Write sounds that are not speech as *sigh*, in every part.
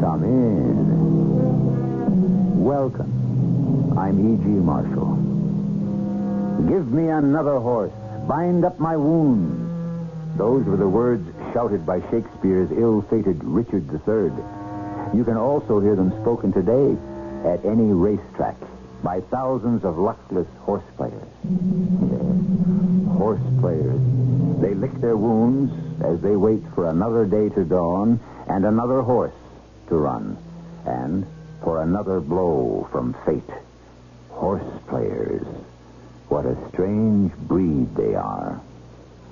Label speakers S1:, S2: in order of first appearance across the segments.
S1: Come in. Welcome. I'm E.G. Marshall. Give me another horse. Bind up my wounds. Those were the words shouted by Shakespeare's ill fated Richard III. You can also hear them spoken today at any racetrack by thousands of luckless horse players. Yes, horse players. They lick their wounds as they wait for another day to dawn and another horse to run and for another blow from fate. Horse players. What a strange breed they are.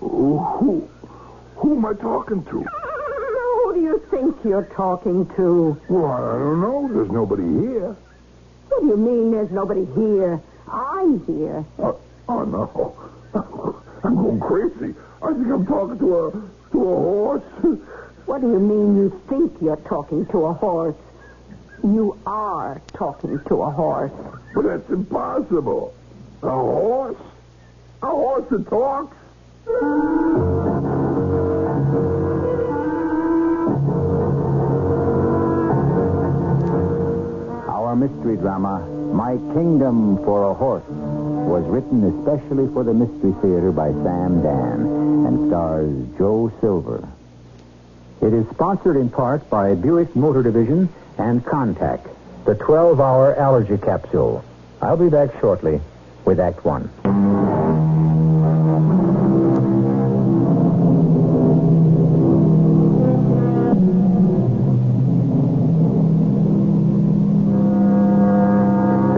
S2: Who, who am I talking to?
S3: Who do you think you're talking to?
S2: Well, I don't know. There's nobody here.
S3: What do you mean there's nobody here? I'm here.
S2: Uh, oh no, *laughs* I'm going crazy. I think I'm talking to a to a horse.
S3: What do you mean you think you're talking to a horse? You are talking to a horse.
S2: But that's impossible. A horse? A horse that talks?
S1: Our mystery drama, My Kingdom for a Horse, was written especially for the Mystery Theater by Sam Dan and stars Joe Silver. It is sponsored in part by Buick Motor Division and Contact, the 12 hour allergy capsule. I'll be back shortly with Act One.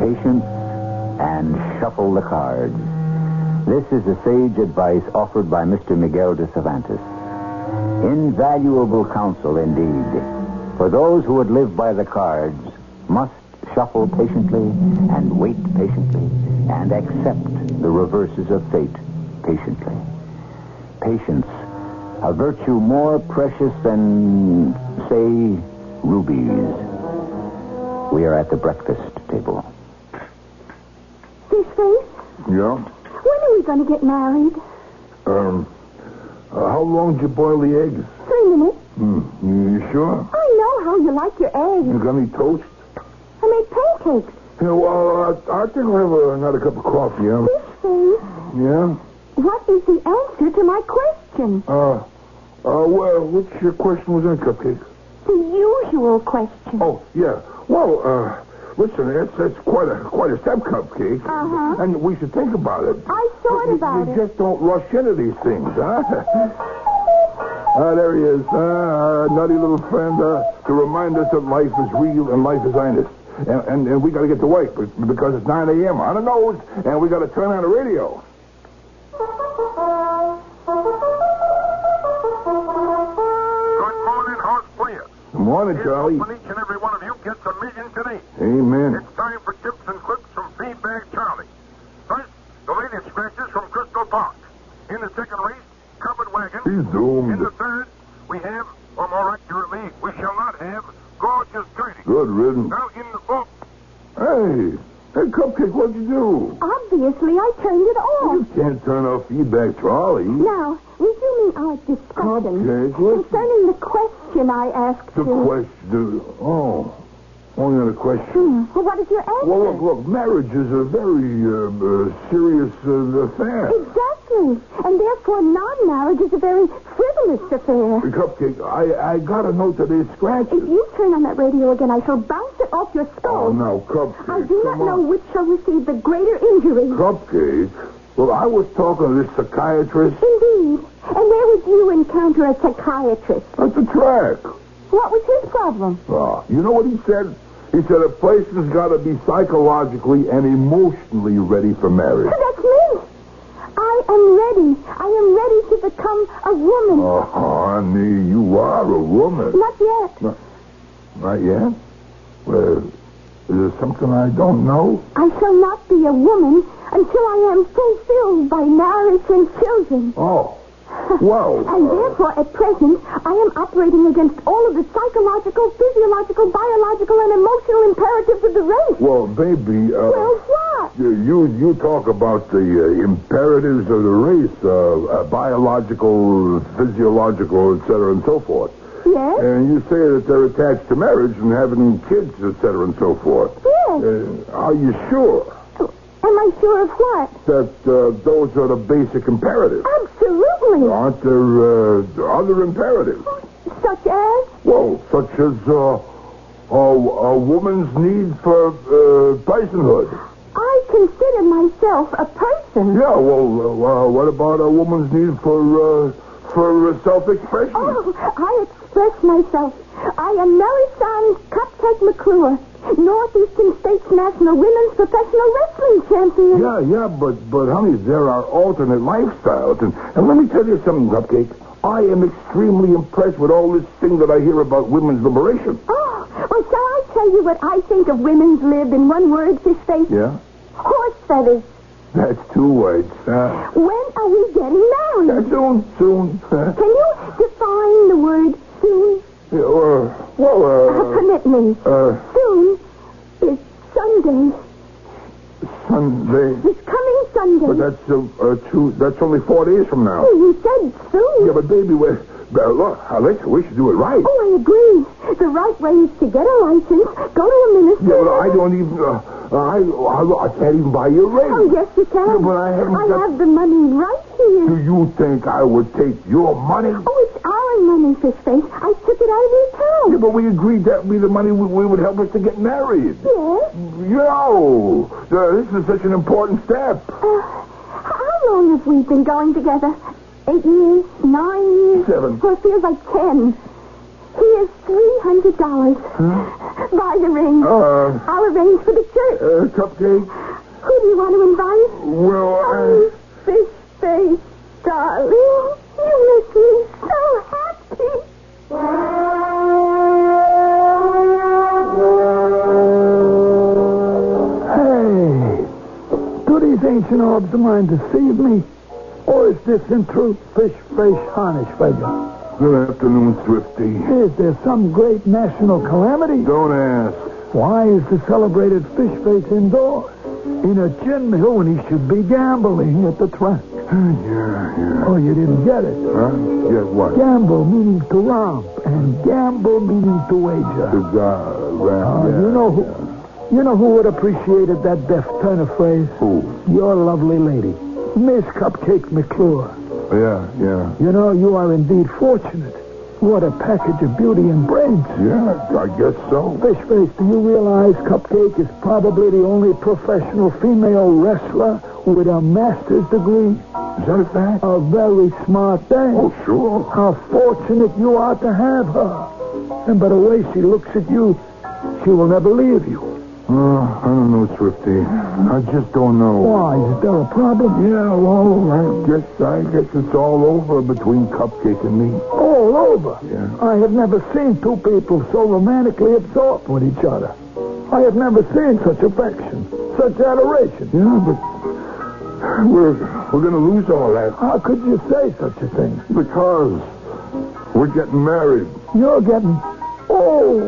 S1: patience and shuffle the cards. This is the sage advice offered by Mr. Miguel de Cervantes. Invaluable counsel indeed. For those who would live by the cards must shuffle patiently and wait patiently and accept the reverses of fate patiently. Patience, a virtue more precious than, say, rubies. We are at the breakfast table.
S3: Fish face,
S2: Yeah.
S3: when are we going to get married?
S2: Um. uh, how long did you boil the eggs?
S3: Three minutes.
S2: Hmm. You you sure?
S3: I know how you like your
S2: You
S3: eggs.
S2: got any toast?
S3: I made pancakes.
S2: Yeah, well, I, I think I'll have uh, another cup of coffee. Yeah.
S3: Fish face,
S2: Yeah.
S3: what is the answer to my question?
S2: Uh. Uh. Well, what's your question? Was in cupcake?
S3: The usual question.
S2: Oh yeah. Well, uh, listen, that's that's quite a quite a step, cupcake.
S3: Uh-huh.
S2: And we should think about it.
S3: I thought
S2: You-
S3: about
S2: you
S3: it.
S2: just don't rush into these things, huh? *laughs* Ah, there he is. Ah, our nutty little friend uh, to remind us that life is real and life is honest. And, and, and we got to get to work be- because it's 9 a.m. on the nose, and we got to turn on the radio.
S4: Good morning, horse players.
S2: Morning, Charlie.
S4: When each and every one of you gets a meeting today,
S2: Amen.
S4: it's time for tips and clips from Feedback Charlie. First, the latest scratches from Crystal Park. In the second race, covered wagon.
S2: He's doomed.
S4: In the third, we have, or more accurately, we shall not have, gorgeous trading.
S2: Good riddance.
S4: Now in the fourth,
S2: Hey, hey, Cupcake, what'd you do?
S3: Obviously, I turned it off.
S2: You can't turn off feedback, Charlie.
S3: Now, resuming our discussion
S2: Cupcake, listen.
S3: concerning the question I asked
S2: The
S3: you.
S2: question. Oh, only on a
S3: Hmm.
S2: question.
S3: Well, what is your answer?
S2: Well, look, look. Marriage is a very uh, uh, serious uh, affair.
S3: Exactly. And therefore, non-marriage is a very frivolous affair.
S2: Cupcake, I, I got a note that is
S3: If
S2: scratches.
S3: you turn on that radio again, I shall bounce it off your
S2: Oh,
S3: skull.
S2: now, Cupcake.
S3: I do not
S2: come on.
S3: know which shall receive the greater injury.
S2: Cupcake. Well, I was talking to this psychiatrist
S3: Indeed. And where would you encounter a psychiatrist?
S2: at the track.
S3: What was his problem? *laughs*
S2: Ah, you know what he said? He said a person's got to be psychologically and emotionally ready for marriage.
S3: That's me. I am ready. I am ready to become a woman.
S2: Oh, honey, you are a woman.
S3: Not yet.
S2: Not yet? Well, is there something I don't know?
S3: I shall not be a woman until I am fulfilled by marriage and children.
S2: Oh. uh, Wow.
S3: And therefore, at present, I am operating against all of the psychological, physiological, biological, and emotional imperatives of the race.
S2: Well, baby, uh,
S3: Well, what?
S2: you, you you talk about the uh, imperatives of the race, uh, uh, biological, physiological, etc., and so forth.
S3: Yes?
S2: And you say that they're attached to marriage and having kids, etc., and so forth.
S3: Yes.
S2: Uh, are you sure
S3: Am I sure of what?
S2: that uh, those are the basic imperatives?
S3: Absolutely.
S2: Aren't there uh, other imperatives?
S3: Such as?
S2: Well, such as uh, a, a woman's need for uh, personhood.
S3: I consider myself a person.
S2: Yeah, well, uh, what about a woman's need for uh, for uh, self-expression?
S3: Oh, I express myself. I am Mary Signed Cupcake McClure, Northeastern States National Women's Professional Wrestling Champion.
S2: Yeah, yeah, but but honey, there are alternate lifestyles, and and let me tell you something, Cupcake. I am extremely impressed with all this thing that I hear about women's liberation.
S3: Oh, well, shall I tell you what I think of women's lib in one word, Fish Face?
S2: Yeah,
S3: Horse feathers.
S2: that's two words. Uh,
S3: When are we getting
S2: yeah,
S3: married?
S2: soon, soon. *laughs* Uh,
S3: Can you define the word soon?
S2: yeah, uh, well,
S3: permit me.
S2: uh, uh,
S3: soon is Sunday.
S2: Sunday.
S3: This coming Sunday.
S2: But that's uh, uh, two. That's only four days from now.
S3: Hey, you said soon.
S2: Yeah, but baby, we, uh, look, Alex, we should do it right.
S3: Oh, I agree. The right way is to get a license, go to a minister.
S2: Yeah, well, I don't even. Uh, I, I I can't even buy you a ring.
S3: Oh, yes, you can.
S2: Yeah, but I haven't got-
S3: have the money right here.
S2: Do you think I would take your money?
S3: Oh, it's our money, Fishface. I took it out of
S2: Yeah,
S3: your account.
S2: but we agreed that would be the money we, we would help us to get married.
S3: Yes.
S2: You know, uh, this is such an important step.
S3: Uh, how long have we been going together? Eight years? Nine years?
S2: Seven.
S3: Well, it feels like ten. Here's $300.
S2: Hmm?
S3: Buy the ring.
S2: Uh,
S3: I'll arrange for the
S2: uh,
S3: church.
S2: cupcake.
S3: Who do you want to invite?
S2: Well, uh,
S3: Oh, fish face, darling. You make me so happy.
S1: Hey, do these ancient orbs of mine deceive me? Or is this in truth fish face harnish figure?
S2: uh, good afternoon, Swifty.
S1: Is there some great national calamity?
S2: Don't ask.
S1: Why is the celebrated fish face indoors? In a gin mill when he should be gambling at the track.
S2: Yeah, yeah.
S1: Oh, you didn't get it.
S2: Huh? Get what?
S1: Gamble meaning to romp, and gamble meaning to wager.
S2: Is, uh, that-
S1: Oh,
S2: yeah,
S1: you know who?
S2: yeah.
S1: You know who would have appreciated that deft turn of phrase?
S2: Who?
S1: Your lovely lady, Miss Cupcake McClure.
S2: Yeah, yeah.
S1: You know you are indeed fortunate. What a package of beauty and brains.
S2: Yeah, I guess so.
S1: Fish face, do you realize Cupcake is probably the only professional female wrestler with a master's degree?
S2: Is that a fact?
S1: A very smart thing.
S2: Oh, sure.
S1: How fortunate you are to have her. And by the way she looks at you, she will never leave you.
S2: Uh, I don't know, Swifty. I just don't know.
S1: Why? Is there a problem?
S2: Yeah, well, I guess I guess it's all over between Cupcake and me. Uh,
S1: All over.
S2: Yeah.
S1: I have never seen two people so romantically absorbed with each other. I have never seen such affection, such adoration.
S2: Yeah, but we're we're gonna lose all that
S1: How could you say such a thing?
S2: because we're getting married.
S1: You're getting. Oh,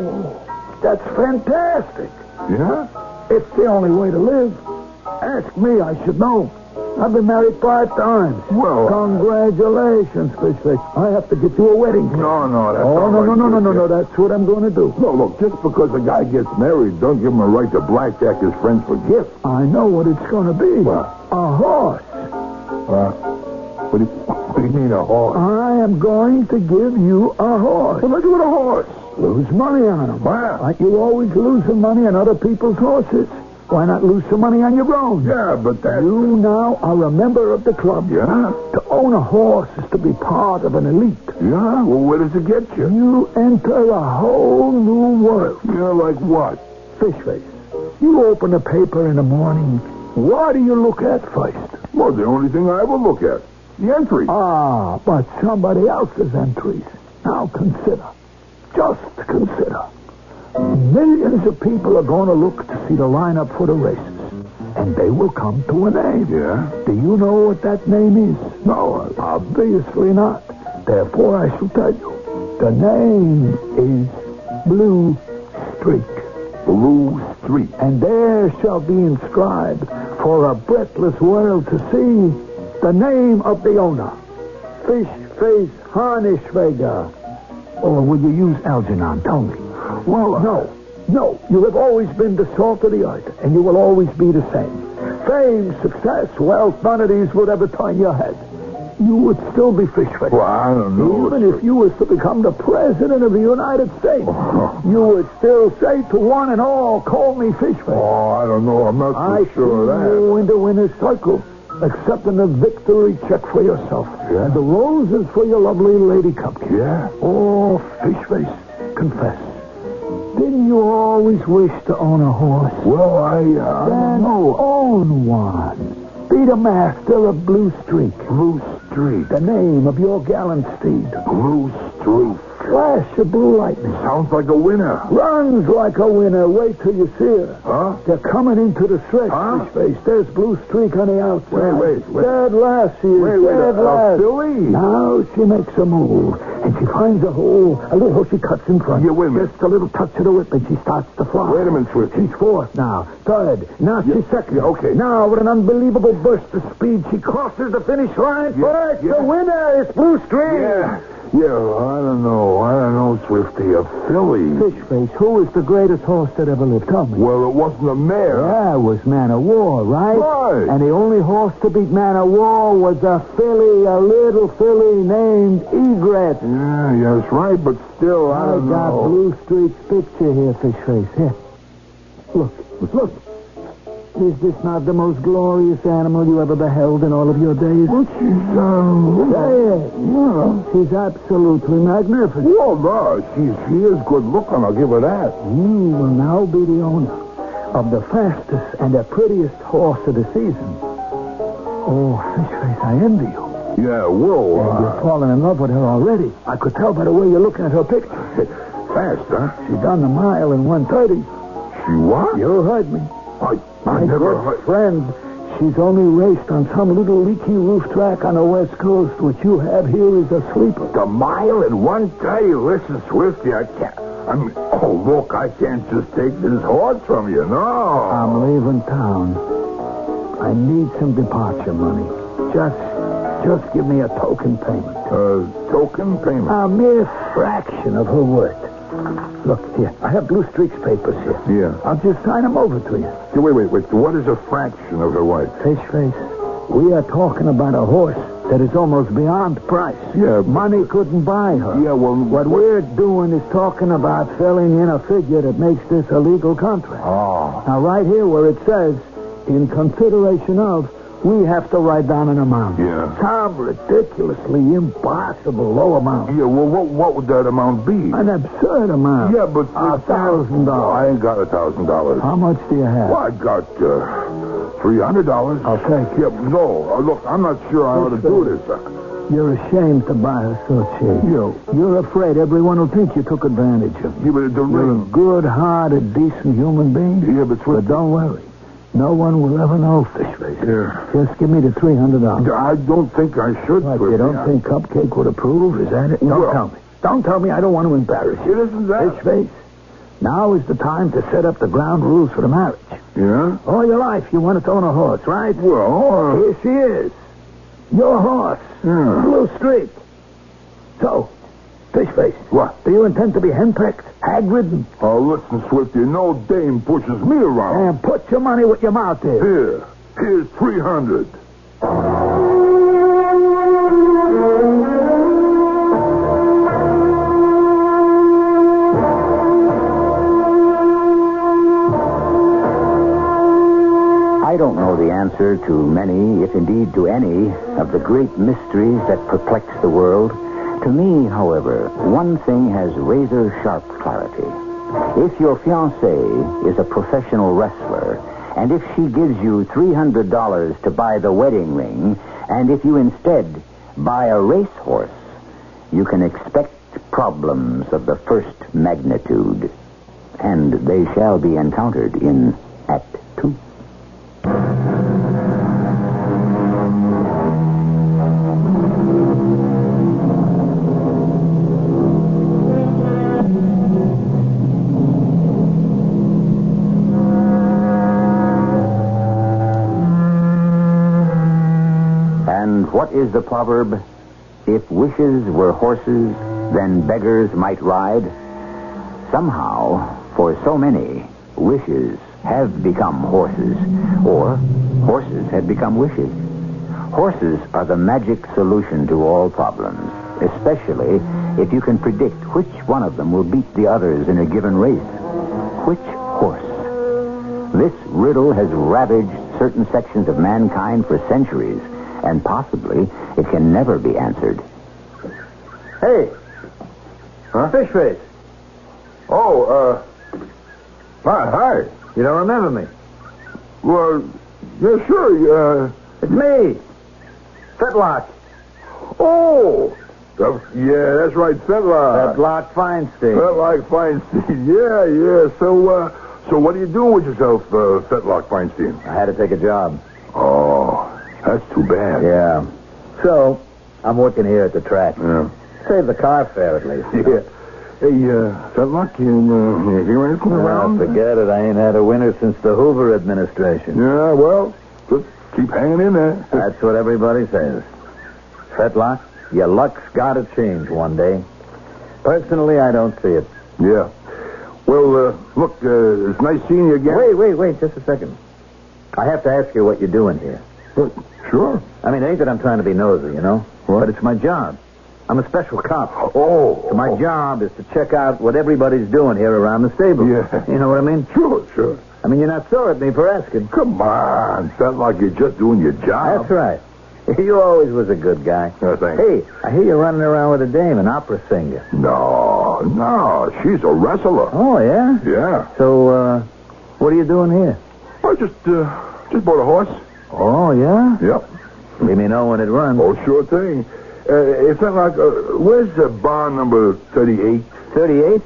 S1: that's fantastic.
S2: Yeah?
S1: It's the only way to live. Ask me, I should know. I've been married five times.
S2: Well,
S1: Congratulations, Fishface. I have to get you a wedding. cake.
S2: No, no, that's
S1: Oh,
S2: all
S1: no,
S2: right,
S1: no, no, no, no, no.
S2: Fishface.
S1: That's what I'm going to do.
S2: No, look, just because a guy gets married, don't give him a right to blackjack his friends for gifts.
S1: I know what it's going to be.
S2: What?
S1: A horse.
S2: Uh, what do you, what do you mean a horse?
S1: I am going to give you a horse.
S2: Well, let's do it a horse.
S1: Lose money on them.
S2: Wow.
S1: Aren't you always losing money on other people's horses? Why not lose some money on your own?
S2: Yeah, but that.
S1: You now are a member of the club.
S2: Yeah?
S1: To own a horse is to be part of an elite.
S2: Yeah? Well, where does it get you?
S1: You enter a whole new world.
S2: Yeah, like what?
S1: Fish face. You open the paper in the morning. What do you look at first?
S2: Well, the only thing I ever look at. The entry.
S1: Ah, but somebody else's entries. Now consider. Just consider.
S2: Millions of people are going to look to see the lineup for the races. And they will come to a name. Yeah? Do you know what that name is? No, obviously not. Therefore, I shall tell you. The name is Blue Streak. Blue Streak. And there shall be inscribed for a breathless world to see the name of the owner. Fish Face Harnishvega.
S1: Oh,
S2: Or will you use Algernon? Tell me. Well,
S1: uh,
S2: no. No, you have always been the salt of the earth, and you will always be the same. Fame, success, wealth, none of these would ever turn your head. You would still be fish face. Well, I don't know. Even if you was to become the president of the United *laughs* States, you would still say to one and all, call me fish face. Oh, I don't know. I'm not so sure of that. you into winner's circle, accepting a victory check for yourself. And the roses for your lovely lady cupcake. Yeah. Oh, fish face, confess. Didn't you always wish to own a horse? Well, I, uh, then no. own one. Be the master of Blue Streak. Blue Streak. The name of your gallant steed. Blue Streak. Flash of blue lightning. Sounds like a winner. Runs like a winner. Wait till you see her. Huh? They're coming into the stretch. Huh? Face. There's Blue Streak on the outside. Wait, wait, wait. Dead last she is. Wait, wait, dead
S1: uh,
S2: last. Now she makes a move, and she finds a hole, a little hole she cuts in front. Yeah, wait a minute. Just a little touch of the whip, and she starts to fly. Wait a minute, Swift. She's fourth now, third. Now she's second. okay. Now, with an unbelievable burst of speed, she crosses the finish line first. The winner is Blue Streak. Yeah. Yeah, I don't know. I don't know, Swifty. A filly.
S1: Fish face, who is the greatest horse that ever lived? Tell me.
S2: Well, it wasn't a mare.
S1: That was Man of War, right?
S2: Right.
S1: And the only horse to beat Man of War was a filly, a little filly named Egret.
S2: Yeah, yes, right, but still, I
S1: I
S2: don't
S1: got
S2: know.
S1: Blue Streak's picture here, Fish Face. Here. Look, look. Is this not the most glorious animal you ever beheld in all of your days?
S2: Which is, um,
S1: There.
S2: yeah.
S1: She's absolutely magnificent.
S2: Well, no, she's, she is good looking, I'll give her that.
S1: You will now be the owner of the fastest and the prettiest horse of the season. Oh, Fish Face, I envy you.
S2: Yeah, whoa.
S1: And
S2: uh,
S1: You've fallen in love with her already. I could tell by the way you're looking at her picture.
S2: fast, huh?
S1: She done the mile in 130.
S2: She what?
S1: You heard me.
S2: I,
S1: My
S2: I never...
S1: good friend, she's only raced on some little leaky roof track on the West Coast. What you have here is a sleeper.
S2: A mile in one day? Listen, Swifty, I can't... I mean, oh, look, I can't just take this horse from you, no.
S1: I'm leaving town. I need some departure money. Just, just give me a token payment.
S2: Uh, token payment.
S1: A mere fraction of her worth. Look, here, I have Blue Streak's papers here.
S2: yeah.
S1: I'll just sign them over to you.
S2: Hey, Wait, wait, wait. What is a fraction of her wife?
S1: Fish face, we are talking about a horse that is almost beyond price.
S2: Yeah, but-
S1: Money couldn't buy her.
S2: Yeah, well,
S1: What we're doing is talking about filling in a figure that makes this a legal contract.
S2: Oh.
S1: Now, right here where it says, in consideration of, we have to write down an amount.
S2: Yeah.
S1: Some ridiculously impossible low amount.
S2: Yeah, well, what, what would that amount be?
S1: An absurd amount.
S2: Yeah, but...
S1: A thousand dollars.
S2: I ain't got a thousand dollars.
S1: How much do you have?
S2: Well, I got, uh, three hundred dollars.
S1: I'll take
S2: Yeah, no, uh, look, I'm not sure I ought to do this. Uh,
S1: You're ashamed to buy her so cheap.
S2: Yeah.
S1: You're afraid everyone will think you took advantage of
S2: yeah, but the
S1: You're a
S2: ring...
S1: good hearted, decent human being.
S2: Yeah, but
S1: But
S2: Swifty...
S1: don't worry. No one will ever know, Fishface.
S2: Yeah.
S1: Just give me the three hundred dollars.
S2: I don't think I should,
S1: What,
S2: Swifty.
S1: you don't
S2: I-
S1: think Cupcake would approve? Is that it? Don't
S2: Well-
S1: tell me. Don't tell me I don't want to embarrass
S2: It
S1: you.
S2: isn't that.
S1: Fishface. Now is the time to set up the ground rules for the marriage.
S2: Yeah?
S1: All your life you wanted to own a horse, right?
S2: Well,
S1: Here she is. Your horse.
S2: Yeah.
S1: Blue Streak. So, Fishface.
S2: What?
S1: Do you intend to be henpecked, hag-ridden,
S2: uh, oh, listen, Swifty, no dame pushes me around.
S1: and put your money where your mouth is?
S2: Here, here's 300.
S1: I don't know the answer to many, if indeed to any, of the great mysteries that perplex the world. To me, however, one thing has razor sharp clarity. If your fiancée is a professional wrestler, and if she gives you $300 to buy the wedding ring, and if you instead buy a racehorse, you can expect problems of the first magnitude. and they shall be encountered in Act Two. And what is the proverb? If wishes were horses, then beggars might ride. Somehow, for so many, wishes have become horses, or horses have become wishes. Horses are the magic solution to all problems, especially if you can predict which one of them will beat the others in a given race. Which horse? This riddle has ravaged certain sections of mankind for centuries, and possibly it can never be answered. Hey! Huh? Fish face.
S2: Oh, uh, Matt, hi.
S1: You don't remember me.
S2: Well, yeah, sure. Uh,
S1: It's me. Fetlock.
S2: oh, uh, yeah, that's right, Fetlock.
S1: Fetlock Feinstein.
S2: Fetlock Feinstein. *laughs* Yeah, yeah. So, uh, so what are you doing with yourself, uh, Fetlock Feinstein?
S1: I had to take a job.
S2: Oh, that's too bad.
S1: Yeah. So, I'm working here at the track.
S2: Yeah.
S1: Save the car fare at least. *laughs*
S2: Yeah. Hey, uh, Fetlock, you, uh, you hear anything
S1: Well,
S2: around?
S1: forget it. I ain't had a winner since the Hoover administration.
S2: Yeah, well, just keep hanging in there.
S1: That's what everybody says. Fetlock, your luck's got to change one day. Personally, I don't see it.
S2: Yeah. Well, uh, look, uh, it's nice seeing you again.
S1: Wait, wait, wait, just a second. I have to ask you what you're doing here.
S2: What? Sure.
S1: I mean, it ain't that I'm trying to be nosy, you know, but it's my job. I'm a special cop.
S2: Oh.
S1: So my job is to check out what everybody's doing here around the stable.
S2: Yeah.
S1: You know what I mean?
S2: Sure, sure.
S1: I mean, you're not sore at me for asking.
S2: Come on. Sound like you're just doing your job.
S1: That's right. *laughs* You always was a good guy.
S2: No, thanks.
S1: Hey, I hear you're running around with a dame, an opera singer.
S2: No, no. She's a wrestler.
S1: Oh, yeah?
S2: Yeah.
S1: So, uh, what are you doing here?
S2: I just, uh, just bought a horse.
S1: Oh, yeah?
S2: Yep.
S1: Let me know when it runs.
S2: Oh, sure thing. Uh, it's not like, uh, where's the bar number 38?
S1: 38?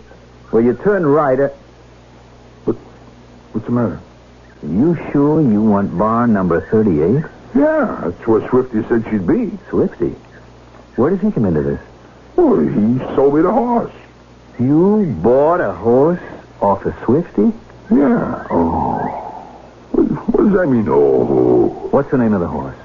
S1: Well, you turn right. uh, At...
S2: What, what's the matter?
S1: You sure you want bar number 38?
S2: Yeah, that's where Swifty said she'd be.
S1: Swifty. Where did he come into this?
S2: Well, he sold me the horse.
S1: You bought a horse off of Swifty?
S2: Yeah. Oh. What, what does that mean? Oh.
S1: What's the name of the horse?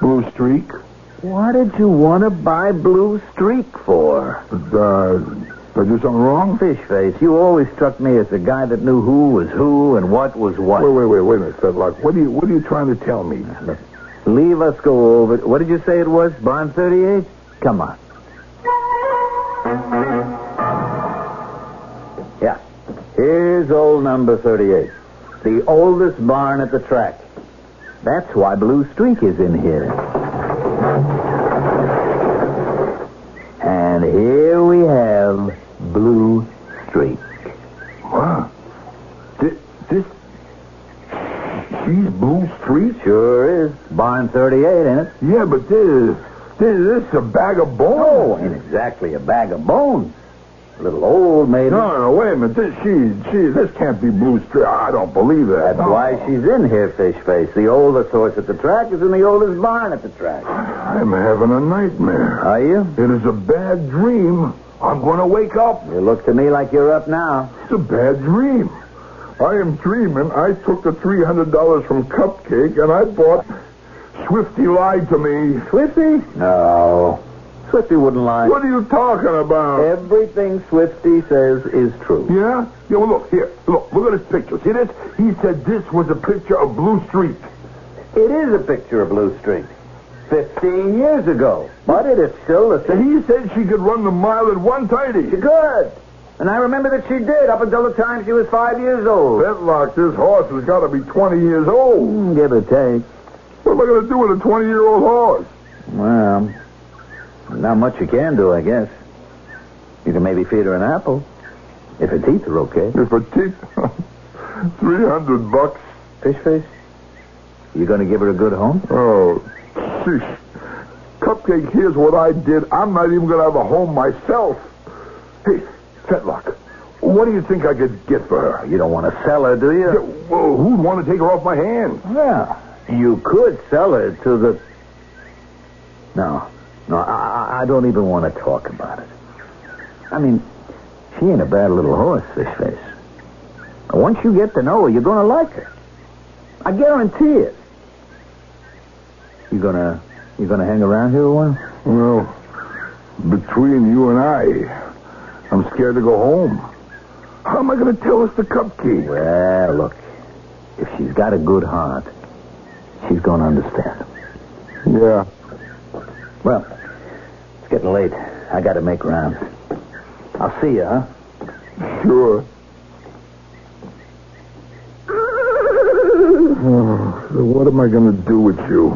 S2: Blue streak?
S1: What did you want to buy Blue Streak for?
S2: Uh, did I do something wrong?
S1: Fish face, you always struck me as the guy that knew who was who and what was what.
S2: Wait, wait, wait, wait a minute, Fetlock. What are you, what are you trying to tell me?
S1: Leave us go over. it. What did you say it was? Bond 38? Come on. Yeah. Here's old number 38. The oldest barn at the track. That's why Blue Streak is in here. And here we have Blue Streak.
S2: What? This, this, she's Blue Streak?
S1: Sure is. Barn 38, ain't it?
S2: Yeah, but this, this, this is a bag of
S1: Oh,
S2: bones.
S1: ain't exactly a bag of bones. A little old maiden.
S2: No, no, wait a minute. This, she, she, this can't be Blue Streak. I don't believe that.
S1: That's why she's in here, Fish Face. The oldest horse at the track is in the oldest barn at the track.
S2: I'm having a nightmare.
S1: Are you?
S2: It is a bad dream. I'm going to wake up.
S1: You look to me like you're up now.
S2: It's a bad dream. I am dreaming. I took the three hundred dollars from Cupcake and I bought. Swifty lied to me.
S1: Swifty? No. Swifty wouldn't lie.
S2: What are you talking
S1: Eh?
S2: about?
S1: Everything Swifty says is true.
S2: Yeah? Yeah, well, look, here. Look, look at this picture. See this? He said this was a picture of Blue Streak.
S1: It is a picture of Blue Streak. Fifteen years ago. But it is still the same.
S2: And he said she could run the mile at 130.
S1: Good. And I remember that she did up until the time she was five years old.
S2: Bedlock, this horse has got to be 20 years old.
S1: Mm, Give or take.
S2: What am I going to do with a 20-year-old horse?
S1: Well, not much you can do, I guess. You can maybe feed her an apple. If her teeth are okay.
S2: If a *laughs* teeth... 300 bucks.
S1: Fish face? You gonna give her a good home?
S2: Oh, sheesh. Cupcake, here's what I did. I'm not even going to have a home myself. Hey, Fetlock, What do you think I could get for her?
S1: You don't want to sell her, do
S2: Yeah,
S1: you?
S2: well, who'd want to take her off my hands?
S1: Well, you could sell her to the. No, no, I, I- I don't even want to talk about it. I mean, she ain't a bad little horse, this face. Now, Once you get to know her, you're going to like her. I guarantee it. You gonna you gonna hang around here a while?
S2: Well, between you and I, I'm scared to go home. How am I going to tell us the cupcake?
S1: Well, look, if she's got a good heart, she's gonna understand.
S2: Yeah.
S1: Well, it's getting late. I got to make rounds. I'll see you, huh?
S2: Sure. Oh, so what am I going to do with you?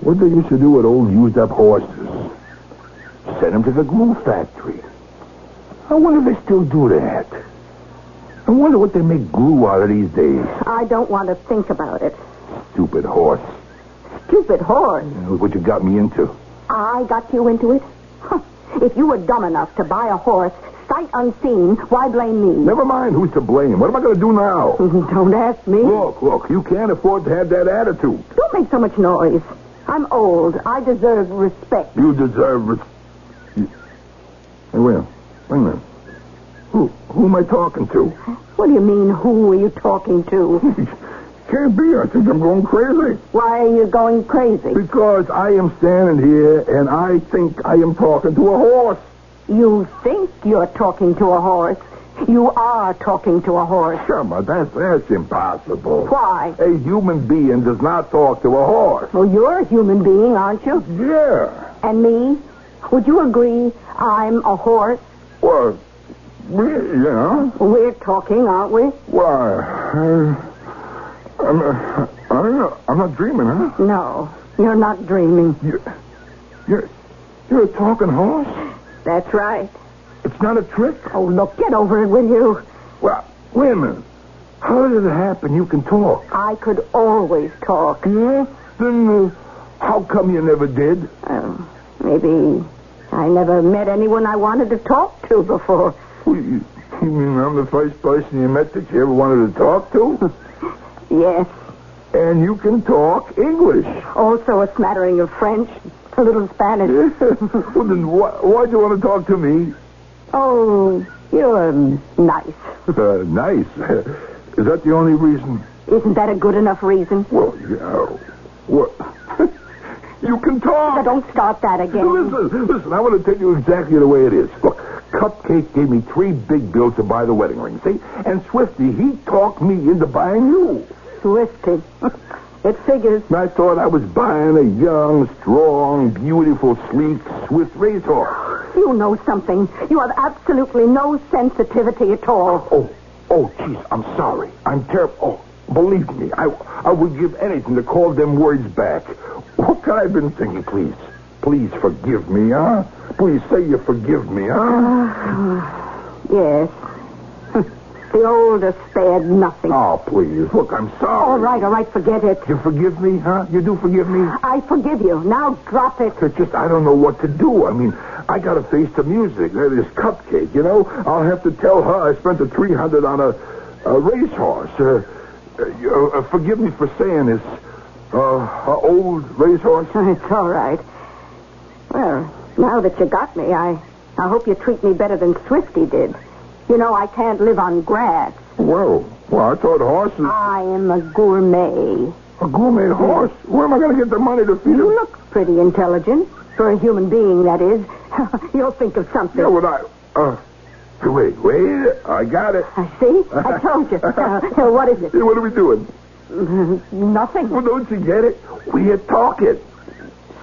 S2: What they used to do with old used-up horses? Send them to the glue factory. I wonder if they still do that. I wonder what they make glue out of these days.
S3: I don't want to think about it.
S2: Stupid horse.
S3: Stupid horse.
S2: Look what you got me into.
S3: I got you into it? Huh. If you were dumb enough to buy a horse, sight unseen, why blame me?
S2: Never mind who's to blame. What am I going to do now?
S3: *laughs* Don't ask me.
S2: look, look, you can't afford to have that attitude.
S3: Don't make so much noise. I'm old. I deserve respect.
S2: You deserve it. You- Hey, wait a minute. Wait a minute. Who, who am I talking to? *laughs*
S3: What do you mean, who are you talking to?
S2: Can't be. I think I'm going crazy.
S3: Why are you going crazy?
S2: Because I am standing here and I think I am talking to a horse.
S3: You think you're talking to a horse. You are talking to a horse.
S2: Summer, that's, that's impossible.
S3: Why?
S2: A human being does not talk to a horse.
S3: Well, you're a human being, aren't you?
S2: Yeah.
S3: And me? Would you agree I'm a horse?
S2: Well, we- you know.
S3: We're talking, aren't we?
S2: Why? I, I'm, uh, I don't know. I'm not dreaming, huh?
S3: No, you're not dreaming.
S2: You, you're, you're a talking horse?
S3: That's right.
S2: It's not a trick?
S3: Oh, look, get over it, will you?
S2: Well, wait a minute. How did it happen you can talk?
S3: I could always talk.
S2: Yeah? Then uh, how come you never did? *laughs*
S3: Oh, maybe I never met anyone I wanted to talk to before.
S2: Well, you, you mean I'm the first person you met that you ever wanted to talk to? *laughs*
S3: Yes,
S2: and you can talk English. *laughs*
S3: also a smattering of French, a little Spanish.
S2: well, then why, why'd you want to talk to me? *laughs*
S3: Oh, you're um, nice.
S2: Uh, nice. *laughs* Is that the only reason?
S3: Isn't that a good enough reason?
S2: Well, yeah. What? *laughs* you
S3: Now,
S2: can talk.
S3: don't start that again.
S2: Listen, listen, I want to tell you exactly the way it is. Look, Cupcake gave me three big bills to buy the wedding ring, see? And Swifty, he talked me into buying you.
S3: Swifty. It figures.
S2: And I thought I was buying a young, strong, beautiful, sleek, swift racehorse.
S3: You know something. You have absolutely no sensitivity at all.
S2: Oh, oh, jeez, I'm sorry. I'm terrible. Oh, believe me, I, I would give anything to call them words back. What could I have been thinking, please? Please forgive me, huh? Please say you forgive me, huh?
S3: Yes. *laughs* the older spared nothing.
S2: Oh, please. Look, I'm sorry.
S3: All right, all right, forget it.
S2: You forgive me, huh? You do forgive me?
S3: I forgive you. Now drop it. *laughs*
S2: It's just I don't know what to do. I mean, I gotta face the music. There is cupcake, you know. I'll have to tell her I spent the three hundred on a, a racehorse. Uh, uh, you- uh, forgive me for saying this. Uh, a old racehorse.
S3: It's all right. Well, now that you got me, I, I hope you treat me better than Swifty did. You know, I can't live on grass.
S2: Well, well, I thought horses.
S3: I am a gourmet.
S2: A gourmet horse. Where am I gonna get the money to feed
S3: You
S2: him?
S3: look pretty intelligent. For a human being, that is. *laughs* You'll think of something.
S2: Yeah, well, I. Uh, wait, wait. I got it.
S3: I see. I told you. Uh, uh, what is it?
S2: Hey, what are we doing? Well,
S3: Nothing.
S2: don't you get it? We're talking.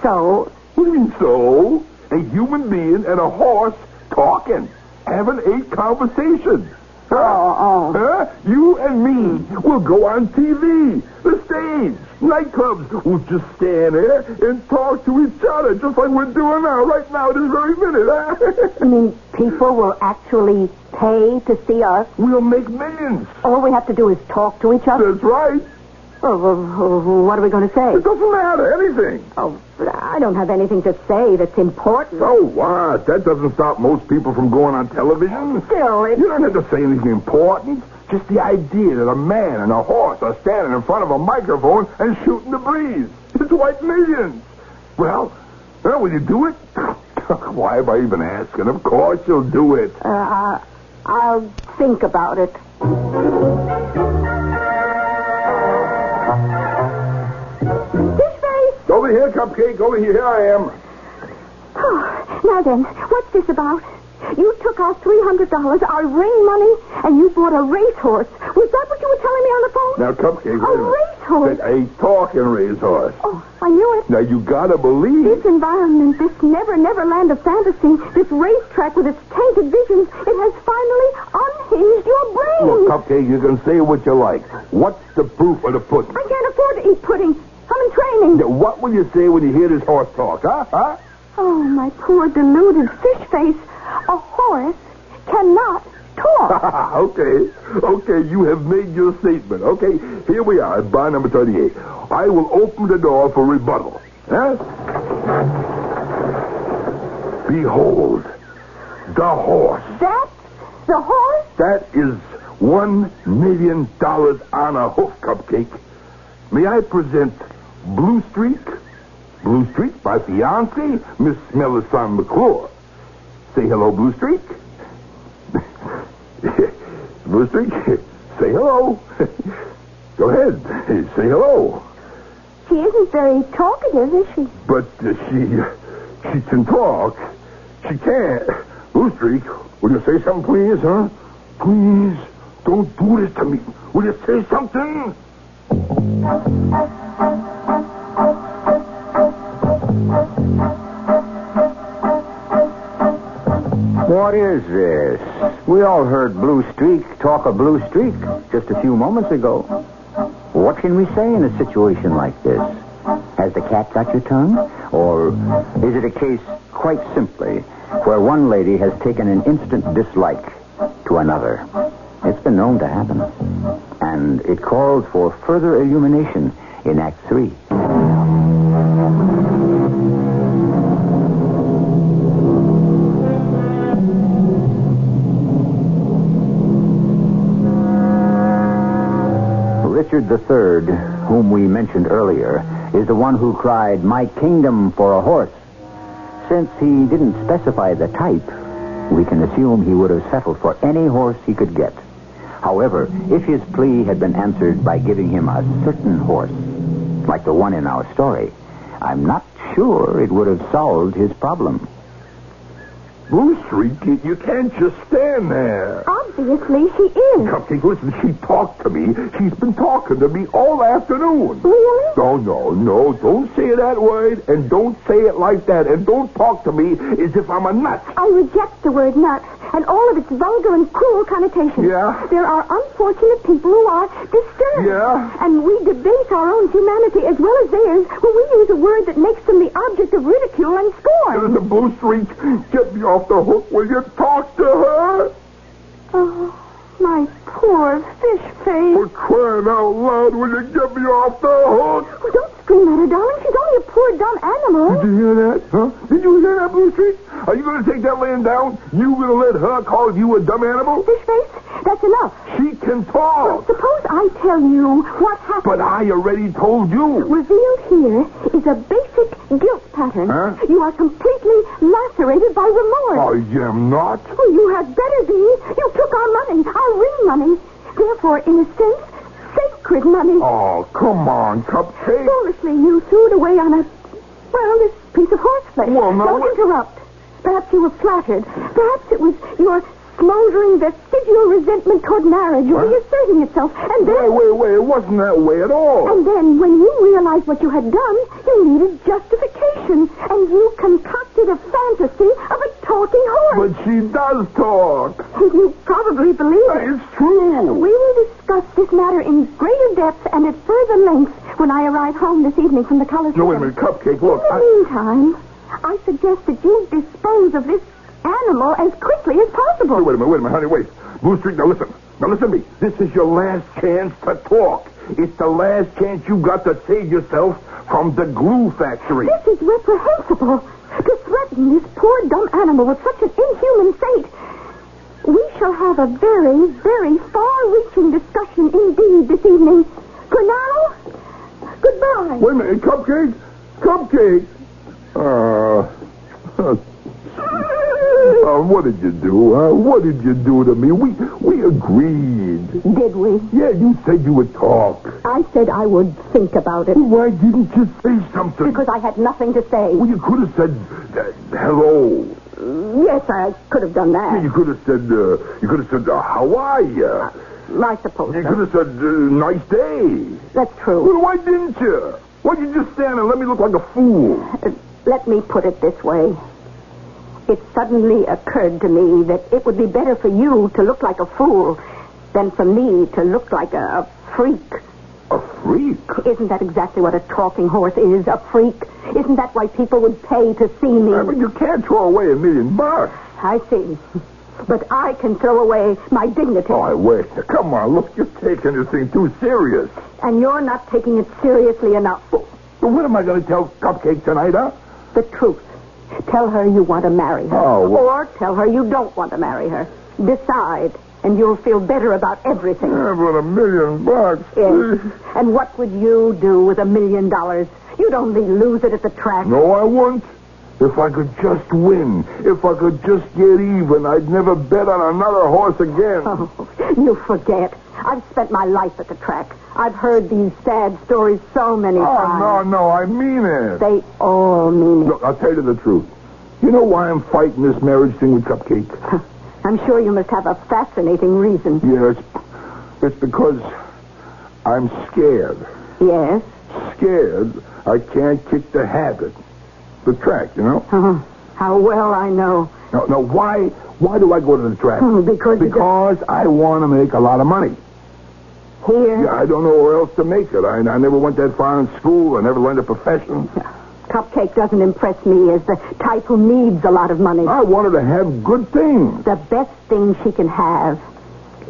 S3: So,
S2: What do you mean so? A human being and a horse talking, having a conversation. Huh?
S3: Oh, oh.
S2: Huh? You and me will go on TV, the stage, nightclubs. We'll just stand there and talk to each other, just like we're doing now, right now, this very minute. Huh? *laughs*
S3: you mean people will actually pay to see us?
S2: we'll make millions.
S3: All we have to do is talk to each other?
S2: That's right.
S3: Oh, well, oh, what are we going to
S2: It
S3: say?
S2: doesn't matter, anything.
S3: Oh, I don't have anything to say that's important.
S2: So what? Oh, That doesn't stop most people from going on television.
S3: Still, it...
S2: You don't have to say anything important. Just the idea that a man and a horse are standing in front of a microphone and shooting the breeze. It's white millions. Well, well will you do it? *laughs* Why am I even asking? Of course you'll do it.
S3: Uh, I- I'll think about it. Fishface!
S2: Over here, Cupcake. Over here. Here I am.
S3: Oh, now then, what's this about? You took our $300, our ring money, and you bought a racehorse. Was that what you were telling me on the phone?
S2: Now, uh, Cupcake, wait a minute.
S3: A racehorse?
S2: That- A talking racehorse.
S3: Oh, I knew it.
S2: Now, you gotta believe.
S3: This environment, this never, never land of fantasy, this racetrack with its tainted visions, it has finally unhinged your brain.
S2: Look, Cupcake, you can say what you like. What's the proof of the pudding?
S3: I can't afford to eat pudding. I'm in training.
S2: Now, What will you say when you hear this horse talk, huh? Huh?
S3: Oh, my poor deluded fish face. A horse cannot talk.
S2: *laughs* okay. Okay, you have made your statement. Okay, here we are at bar number 38. I will open the door for rebuttal. Huh? Behold, the horse.
S3: That's the horse?
S2: That is one million dollars on a hoof, Cupcake. May I present Blue Streak? Blue Streak, my fiancée, Miss Melisande McClure. Say hello, Blue Streak. *laughs* Blue Streak, *laughs* say hello. *laughs* Go ahead, say hello.
S3: She isn't very talkative, is she?
S2: But uh, she, she can talk. She can't. Blue Streak, will you say something, please, huh? Please, don't do this to me. Will you say something?
S1: What is this? We all heard Blue Streak talk of Blue Streak just a few moments ago. What can we say in a situation like this? Has the cat got your tongue? Or is it a case, quite simply, where one lady has taken an instant dislike to another? It's been known to happen. And it calls for further illumination in Act Three. Richard III, whom we mentioned earlier, is the one who cried, My kingdom for a horse. Since he didn't specify the type, we can assume he would have settled for any horse he could get. However, if his plea had been answered by giving him a certain horse, like the one in our story, I'm not sure it would have solved his problem.
S2: Blue Streak, you, you can't just stand there.
S3: Obviously, she is.
S2: Cupcake, listen, she talked to me. She's been talking to me all afternoon.
S3: Really?
S2: No, no, no. Don't say that word, and don't say it like that, and don't talk to me as if I'm a nut.
S3: I reject the word nut and all of its vulgar and cruel connotations.
S2: Yeah?
S3: There are unfortunate people who are disturbed.
S2: Yeah?
S3: And we debase our own humanity as well as theirs when we use a word that makes them the object of ridicule and scorn.
S2: The Blue Streak, get me off the hook. Will you talk to her?
S3: Oh, my poor fish
S2: For
S3: face.
S2: crying out loud, will you get me off the hook?
S3: Oh, don't scream at her, darling. She's only a poor dumb
S2: Did
S3: animal.
S2: you hear that? Huh? Did you hear that, Blue Streak? Are you going to take that land down? You going to let her call you a dumb animal?
S3: Fish face, that's enough.
S2: She can talk.
S3: Suppose I tell you what happened.
S2: But I already told you.
S3: Revealed here is a basic guilt pattern.
S2: Huh?
S3: You are completely lacerated by remorse.
S2: I am not.
S3: Oh, you had better be. You took our money, our ring money. Therefore, in a sense, sacred money.
S2: Oh, come on, Cupcake.
S3: Foolishly, you threw it away on a, well, this piece of horseplay.
S2: Well, now
S3: Don't
S2: what-
S3: interrupt. Perhaps you were flattered. Perhaps it was your smoldering vestigial resentment toward marriage reasserting itself. And then...
S2: Wait, wait, wait. It wasn't that way at all.
S3: And then, when you realized what you had done, you needed justification, and you concocted a fantasy of a talking horse.
S2: But she does talk.
S3: You probably believe it.
S2: It's true.
S3: We will discuss this matter in greater depth and at further length when I arrive home this evening from the Coliseum.
S2: No, wait a minute, Cupcake. Look,
S3: In the
S2: I...
S3: meantime, I suggest that you dispose of this animal as quickly as
S2: Oh,
S3: possible.
S2: Wait a minute, wait a minute, honey, wait. Blue Streak, now listen. Now listen to me. This is your last chance to talk. It's the last chance you got to save yourself from the glue factory.
S3: This is reprehensible. To threaten this poor dumb animal with such an inhuman fate. We shall have a very, very far-reaching discussion indeed this evening. For now, goodbye.
S2: Wait a minute, cupcake? Cupcake? Uh, *laughs* uh, what did you do? Huh? What did you do to me? We we agreed.
S3: Did we?
S2: Yeah, you said you would talk.
S3: I said I would think about it
S2: Why didn't you say something?
S3: because I had nothing to say.
S2: well, you could have said uh, hello.
S3: Yes, I could have done
S2: Yeah, You
S3: that.
S2: could have said uh, you could have said uh, how are you?
S3: I suppose
S2: You
S3: so.
S2: could have said uh, nice day.
S3: That's true.
S2: Well, why didn't you? Why'd you just stand and let me look like a fool?
S3: Uh, Let me put it this way. It suddenly occurred to me that it would be better for you to look like a fool than for me to look like a, a freak.
S2: A freak.
S3: Isn't that exactly what a talking horse is, a freak? Isn't that why people would pay to see me?
S2: I mean, you can't throw away a million bucks.
S3: I see. But I can throw away my dignity.
S2: Oh, I wish. Come on, look, you're taking this thing too serious.
S3: And you're not taking it seriously enough.
S2: But what am I going to tell Cupcake tonight, huh?
S3: The truth. Tell her you want to marry her.
S2: Oh, well-
S3: Or tell her you don't want to marry her. Decide, and you'll feel better about everything.
S2: Yeah, but a million bucks.
S3: Yes. And what would you do with a million dollars? You'd only lose it at the track.
S2: No, I won't. If I could just win, if I could just get even, I'd never bet on another horse again.
S3: Oh, you forget. I've spent my life at the track. I've heard these sad stories so many
S2: Oh,
S3: times.
S2: no, no, I mean it.
S3: They all mean it.
S2: Look, I'll tell you the truth. You know why I'm fighting this marriage thing with Cupcake?
S3: I'm sure you must have a fascinating reason.
S2: Yes, it's because I'm scared.
S3: Yes?
S2: Scared I can't kick the habit, the track, you know.
S3: Oh, how well I know.
S2: Now, now, why, why do I go to the track?
S3: Oh, because you
S2: Because I want to make a lot of money.
S3: Here,
S2: Yeah, I don't know where else to make it. I, I never went that far in school. I never learned a profession.
S3: Cupcake doesn't impress me as the type who needs a lot of money.
S2: I wanted to have good things.
S3: The best thing she can have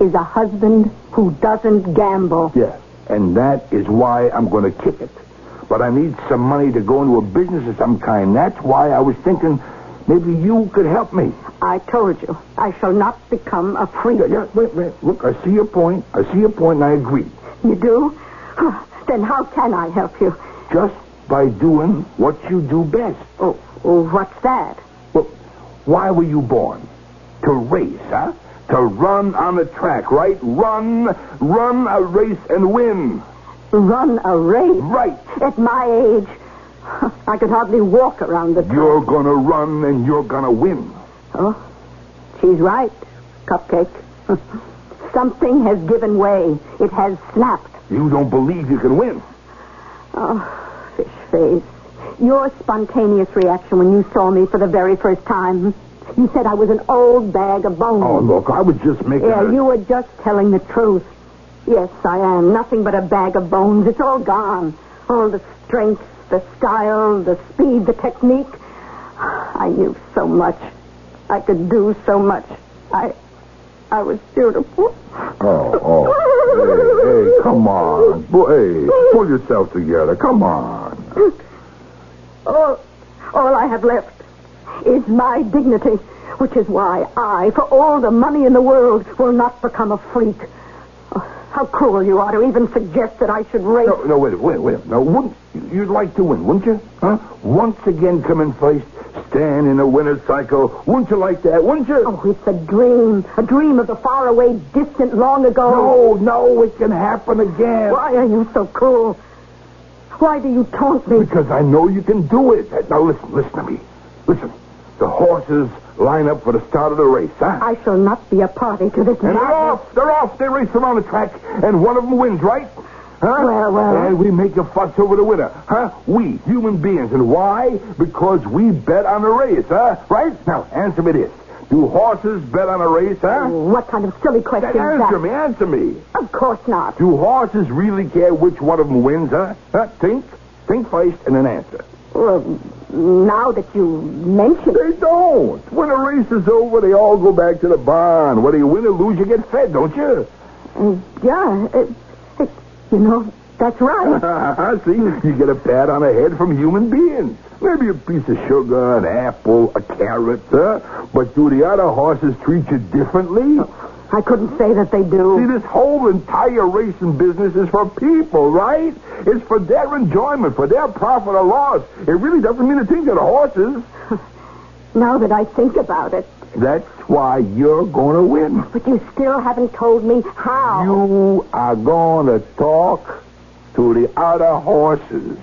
S3: is a husband who doesn't gamble.
S2: Yeah, and that is why I'm going to kick it. But I need some money to go into a business of some kind. That's why I was thinking maybe you could help me.
S3: I told you, I shall not become a freak.
S2: Yeah, yeah, wait, wait. Look, I see your point. I see your point, and I agree.
S3: You do? then how can I help you?
S2: Just by doing what you do best.
S3: Oh, oh, what's that?
S2: Well, why were you born? To race, huh? To run on the track, right? Run, run a race and win.
S3: Run a race?
S2: Right.
S3: At my age, I could hardly walk around the track.
S2: You're gonna run and you're gonna win.
S3: Oh, she's right, Cupcake. *laughs* Something has given way. It has snapped.
S2: You don't believe you can win.
S3: Oh, fish face. Your spontaneous reaction when you saw me for the very first time. You said I was an old bag of bones.
S2: Oh, look, I was just making
S3: yeah,
S2: a...
S3: you were just telling the truth. Yes, I am. Nothing but a bag of bones. It's all gone. All the strength, the style, the speed, the technique. I knew so much. I could do so much. I I was beautiful.
S2: Oh, oh. Hey, hey, come on. Bo- Hey, pull yourself together. Come on.
S3: All, all I have left is my dignity, which is why I, for all the money in the world, will not become a freak. Oh, how cruel you are to even suggest that I should rape.
S2: No, no, wait, wait, wait. Now, wouldn't, you'd like to win, wouldn't you? Huh? Once again come in first, stand in a winner's cycle. Wouldn't you like that, wouldn't you?
S3: Oh, it's a dream. A dream of the faraway, distant, long ago.
S2: No, no, it can happen again.
S3: Why are you so cruel? Why do you taunt me?
S2: Because I know you can do it. Now, listen, listen to me. Listen. The horses line up for the start of the race, huh?
S3: I shall not be a party to this
S2: And they're
S3: madness.
S2: off. They're off. They race around the track, and one of them wins, right? Huh?
S3: Well, well.
S2: And we make a fuss over the winner, huh? We, human beings. And why? Because we bet on the race, huh? Right? Now, answer me this. Do horses bet on a race, huh?
S3: What kind of silly question
S2: Then
S3: is that?
S2: answer me, answer me.
S3: Of course not.
S2: Do horses really care which one of them wins, huh? huh? Think. Think first and then answer.
S3: Well, now that you mention it.
S2: They don't. When the race is over, they all go back
S3: uh,
S2: to the barn. Whether you win or lose, you get fed, don't you?
S3: Yeah, it, it, uh, You know, that's right.
S2: Ah, See, you get a pat on the head from human beings. Maybe a piece of sugar, an apple, a carrot, huh? But do the other horses treat you differently?
S3: I couldn't say that they
S2: See,
S3: do.
S2: this whole entire racing business is for people, right? It's for their enjoyment, for their profit or loss. It really doesn't mean a thing to the horses.
S3: Now that I think about it,
S2: That's why you're going to win.
S3: but you still haven't told me how.
S2: You are going to talk to the other horses.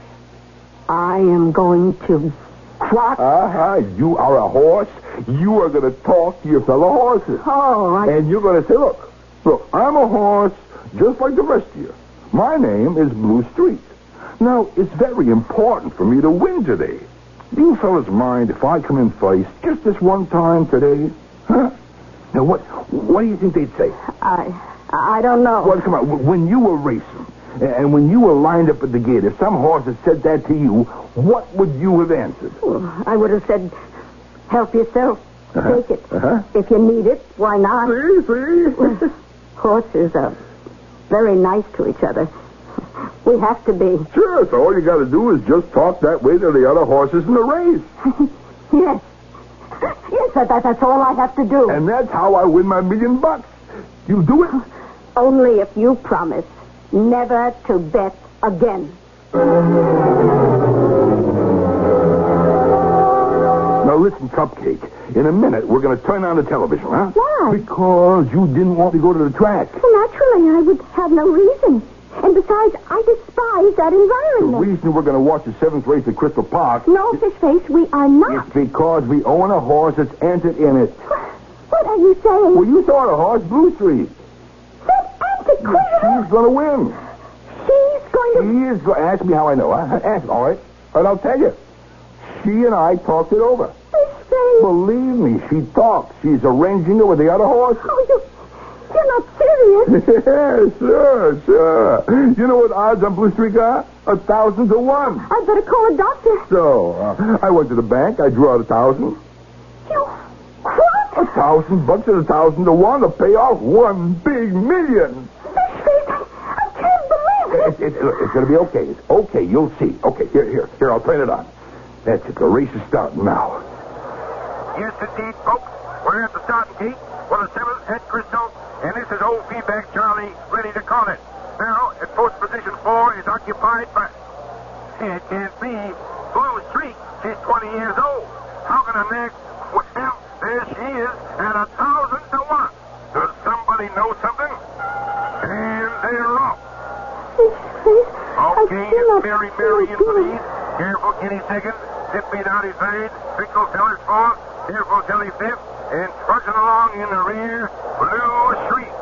S3: I am going to crock.
S2: Uh-huh. You are a horse. You are going to talk to your fellow horses.
S3: oh, I,
S2: And you're going to say, look, look, I'm a horse just like the rest of you. My name is Blue Streak. Now, it's very important for me to win today. Do you fellas mind if I come in first just this one time today? Huh? Now, what, what do you think they'd say?
S3: I, I don't know.
S2: Well, come on. w- When you were racing and when you were lined up at the gate, if some horse had said that to you, what would you have answered?
S3: I would have said, help yourself. Take it.
S2: Uh-huh.
S3: If you need it, why not?
S2: See, see?
S3: Horses are very nice to each other. We have to be.
S2: Sure, so all you got to do is just talk that way to the other horses in the race.
S3: Yes. Yes, that, that, that's all I have to do.
S2: And that's how I win my million bucks. You do it?
S3: Only if you promise never to bet again.
S2: Now, listen, Cupcake. In a minute, we're going to turn on the television, huh?
S3: Why?
S2: Because you didn't want to go to the track.
S3: Well, naturally, I would have no reason. And besides, I despise that
S2: The
S3: environment.
S2: reason we're going to watch the seventh race at Crystal Park
S3: No, fish face, we are not.
S2: is because we own a horse that's entered in it.
S3: What are you saying?
S2: Well, you saw the horse, Blue Street.
S3: That antiquarian.
S2: She's going to win.
S3: She's going to.
S2: She is going to ask me how I know. Huh? Ask, all right. And I'll tell you. She and I talked it over.
S3: Fish face.
S2: Believe me, she talks. She's arranging it with the other horse.
S3: Oh, you, you're not serious.
S2: *laughs* yeah, sure, sure. You know what odds on Blue Streak are? A thousand to one.
S3: I'd better call a doctor.
S2: So, uh, I went to the bank. I drew out a thousand.
S3: You
S2: A
S3: what?
S2: thousand bucks at a thousand to one to pay off one big million.
S3: Fish face, I, I can't believe
S2: It, it, look, it's going to be okay. It's okay. You'll see. Okay, here, here, here. I'll turn it on. That's it. The race is starting now.
S4: Yes, indeed, folks. We're at the starting gate for the seventh at Crystal, and this is old feedback Charlie ready to call it. Now, at post position four is occupied by. It can't be. Blue Streak. She's 20 years old. How can a nag. Well, there she is at a thousand to one. Does somebody know something? And they're off.
S3: Fish face, I
S4: Okay,
S3: still
S4: it's
S3: not
S4: Mary Mary in
S3: feel
S4: for
S3: good.
S4: lead. Careful Kenny second. Zip beat out his third. Pickle Teller's fourth. Careful Telly fifth. And trudging along in the rear, Blue Shriek.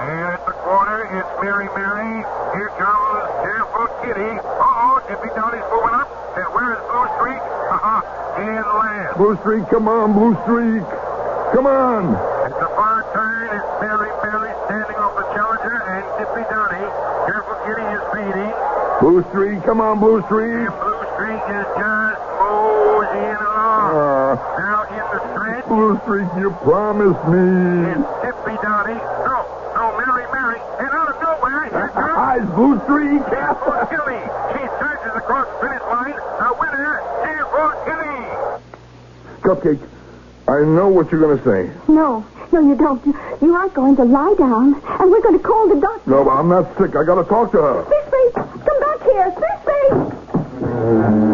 S4: And at the corner, it's Mary Mary. Here comes Careful Kitty. Uh-oh, Zippy Dowdy's moving up. And where's Blue Streak? Uh-huh. And last.
S2: Blue Streak, come on, Blue Streak. Come on.
S4: At the far turn, it's Mary Mary standing off the challenger and Zippy Dowdy. Careful Kitty is beating.
S2: Blue Streak, come on, Blue Streak.
S4: And Blue Streak is just moseying along.
S2: Uh,
S4: Now in the stretch
S2: Blue Streak, you promised
S4: is
S2: me.
S4: Dippy Dotty. No, no, Mary, Mary. And out of nowhere, here comes
S2: Eyes, Blue Streak.
S4: Careful Kitty. She surges across the finish line. The winner, Careful Kitty.
S2: Cupcake, I know what you're going to say.
S3: No, no, you don't. You, you are going to lie down, and we're going to call the doctor.
S2: No, but I'm not sick. I got to talk to her.
S3: Fish face, come back here. Fish face.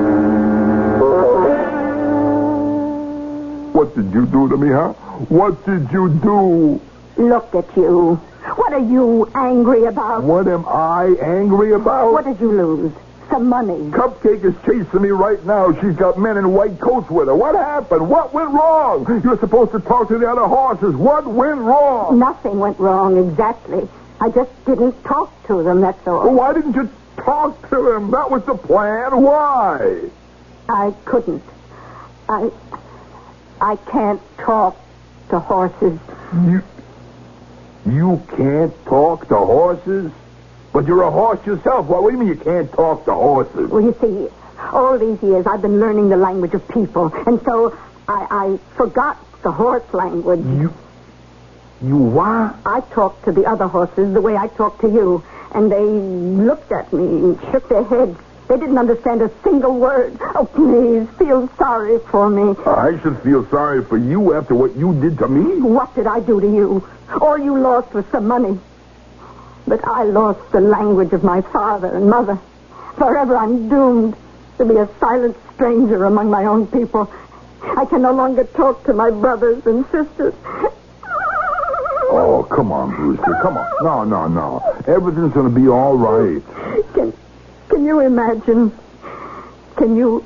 S2: What did you do to me, huh? What did you do?
S3: Look at you. What are you angry about?
S2: What am I angry about?
S3: What did you lose? Some money.
S2: Cupcake is chasing me right now. She's got men in white coats with her. What happened? What went wrong? You're supposed to talk to the other horses. What went wrong?
S3: Nothing went wrong exactly. I just didn't talk to them, that's all.
S2: Why didn't you talk to him? That was the plan. Why?
S3: I couldn't. I I can't talk to horses.
S2: You you can't talk to horses, but you're a horse yourself. What, what do you mean you can't talk to horses?
S3: Well, you see, all these years I've been learning the language of people, and so I, I forgot the horse language.
S2: You you what?
S3: I talk to the other horses the way I talk to you, and they looked at me and shook their heads. They didn't understand a single word. Oh, please, feel sorry for me.
S2: I should feel sorry for you after what you did to me.
S3: What did I do to you? All you lost was some money. But I lost the language of my father and mother. Forever I'm doomed to be a silent stranger among my own people. I can no longer talk to my brothers and sisters.
S2: Oh, come on, Brewster. Come on. No, no, no. Everything's going to be all right.
S3: Can, can you imagine? Can you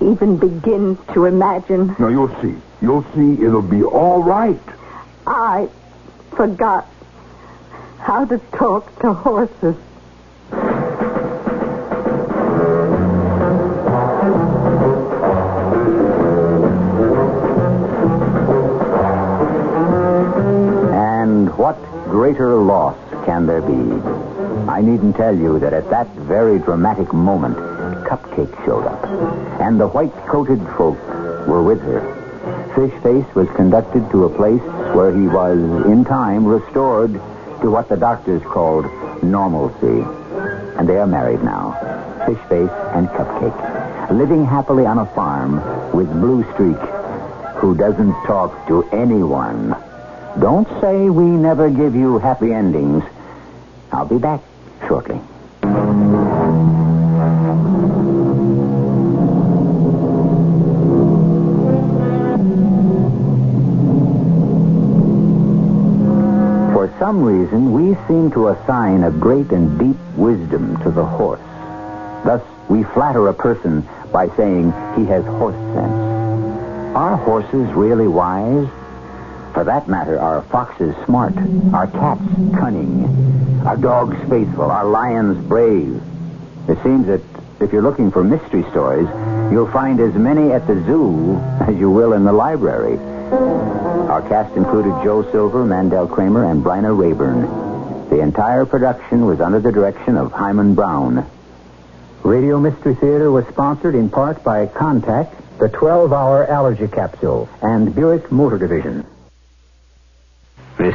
S3: even begin to imagine?
S2: No, you'll see. You'll see it'll be all right.
S3: I forgot how to talk to horses.
S1: And what greater loss can there be? I needn't tell you that at that very dramatic moment, Cupcake showed up, and the white coated folk were with her. Fish Face was conducted to a place where he was, in time, restored to what the doctors called normalcy. And they are married now, Fish Face and Cupcake, living happily on a farm with Blue Streak, who doesn't talk to anyone. Don't say we never give you happy endings. I'll be back shortly. For some reason, we seem to assign a great and deep wisdom to the horse. Thus, we flatter a person by saying he has horse sense. Are horses really wise? For that matter, are foxes smart? Are cats cunning? Are dogs faithful? Are lions brave? It seems that if you're looking for mystery stories, you'll find as many at the zoo as you will in the library. Our cast included Joe Silver, Mandel Kramer, and Bryna Rayburn. The entire production was under the direction of Hyman Brown. Radio Mystery Theater was sponsored in part by Contact, the 12 hour allergy capsule, and Buick Motor Division. This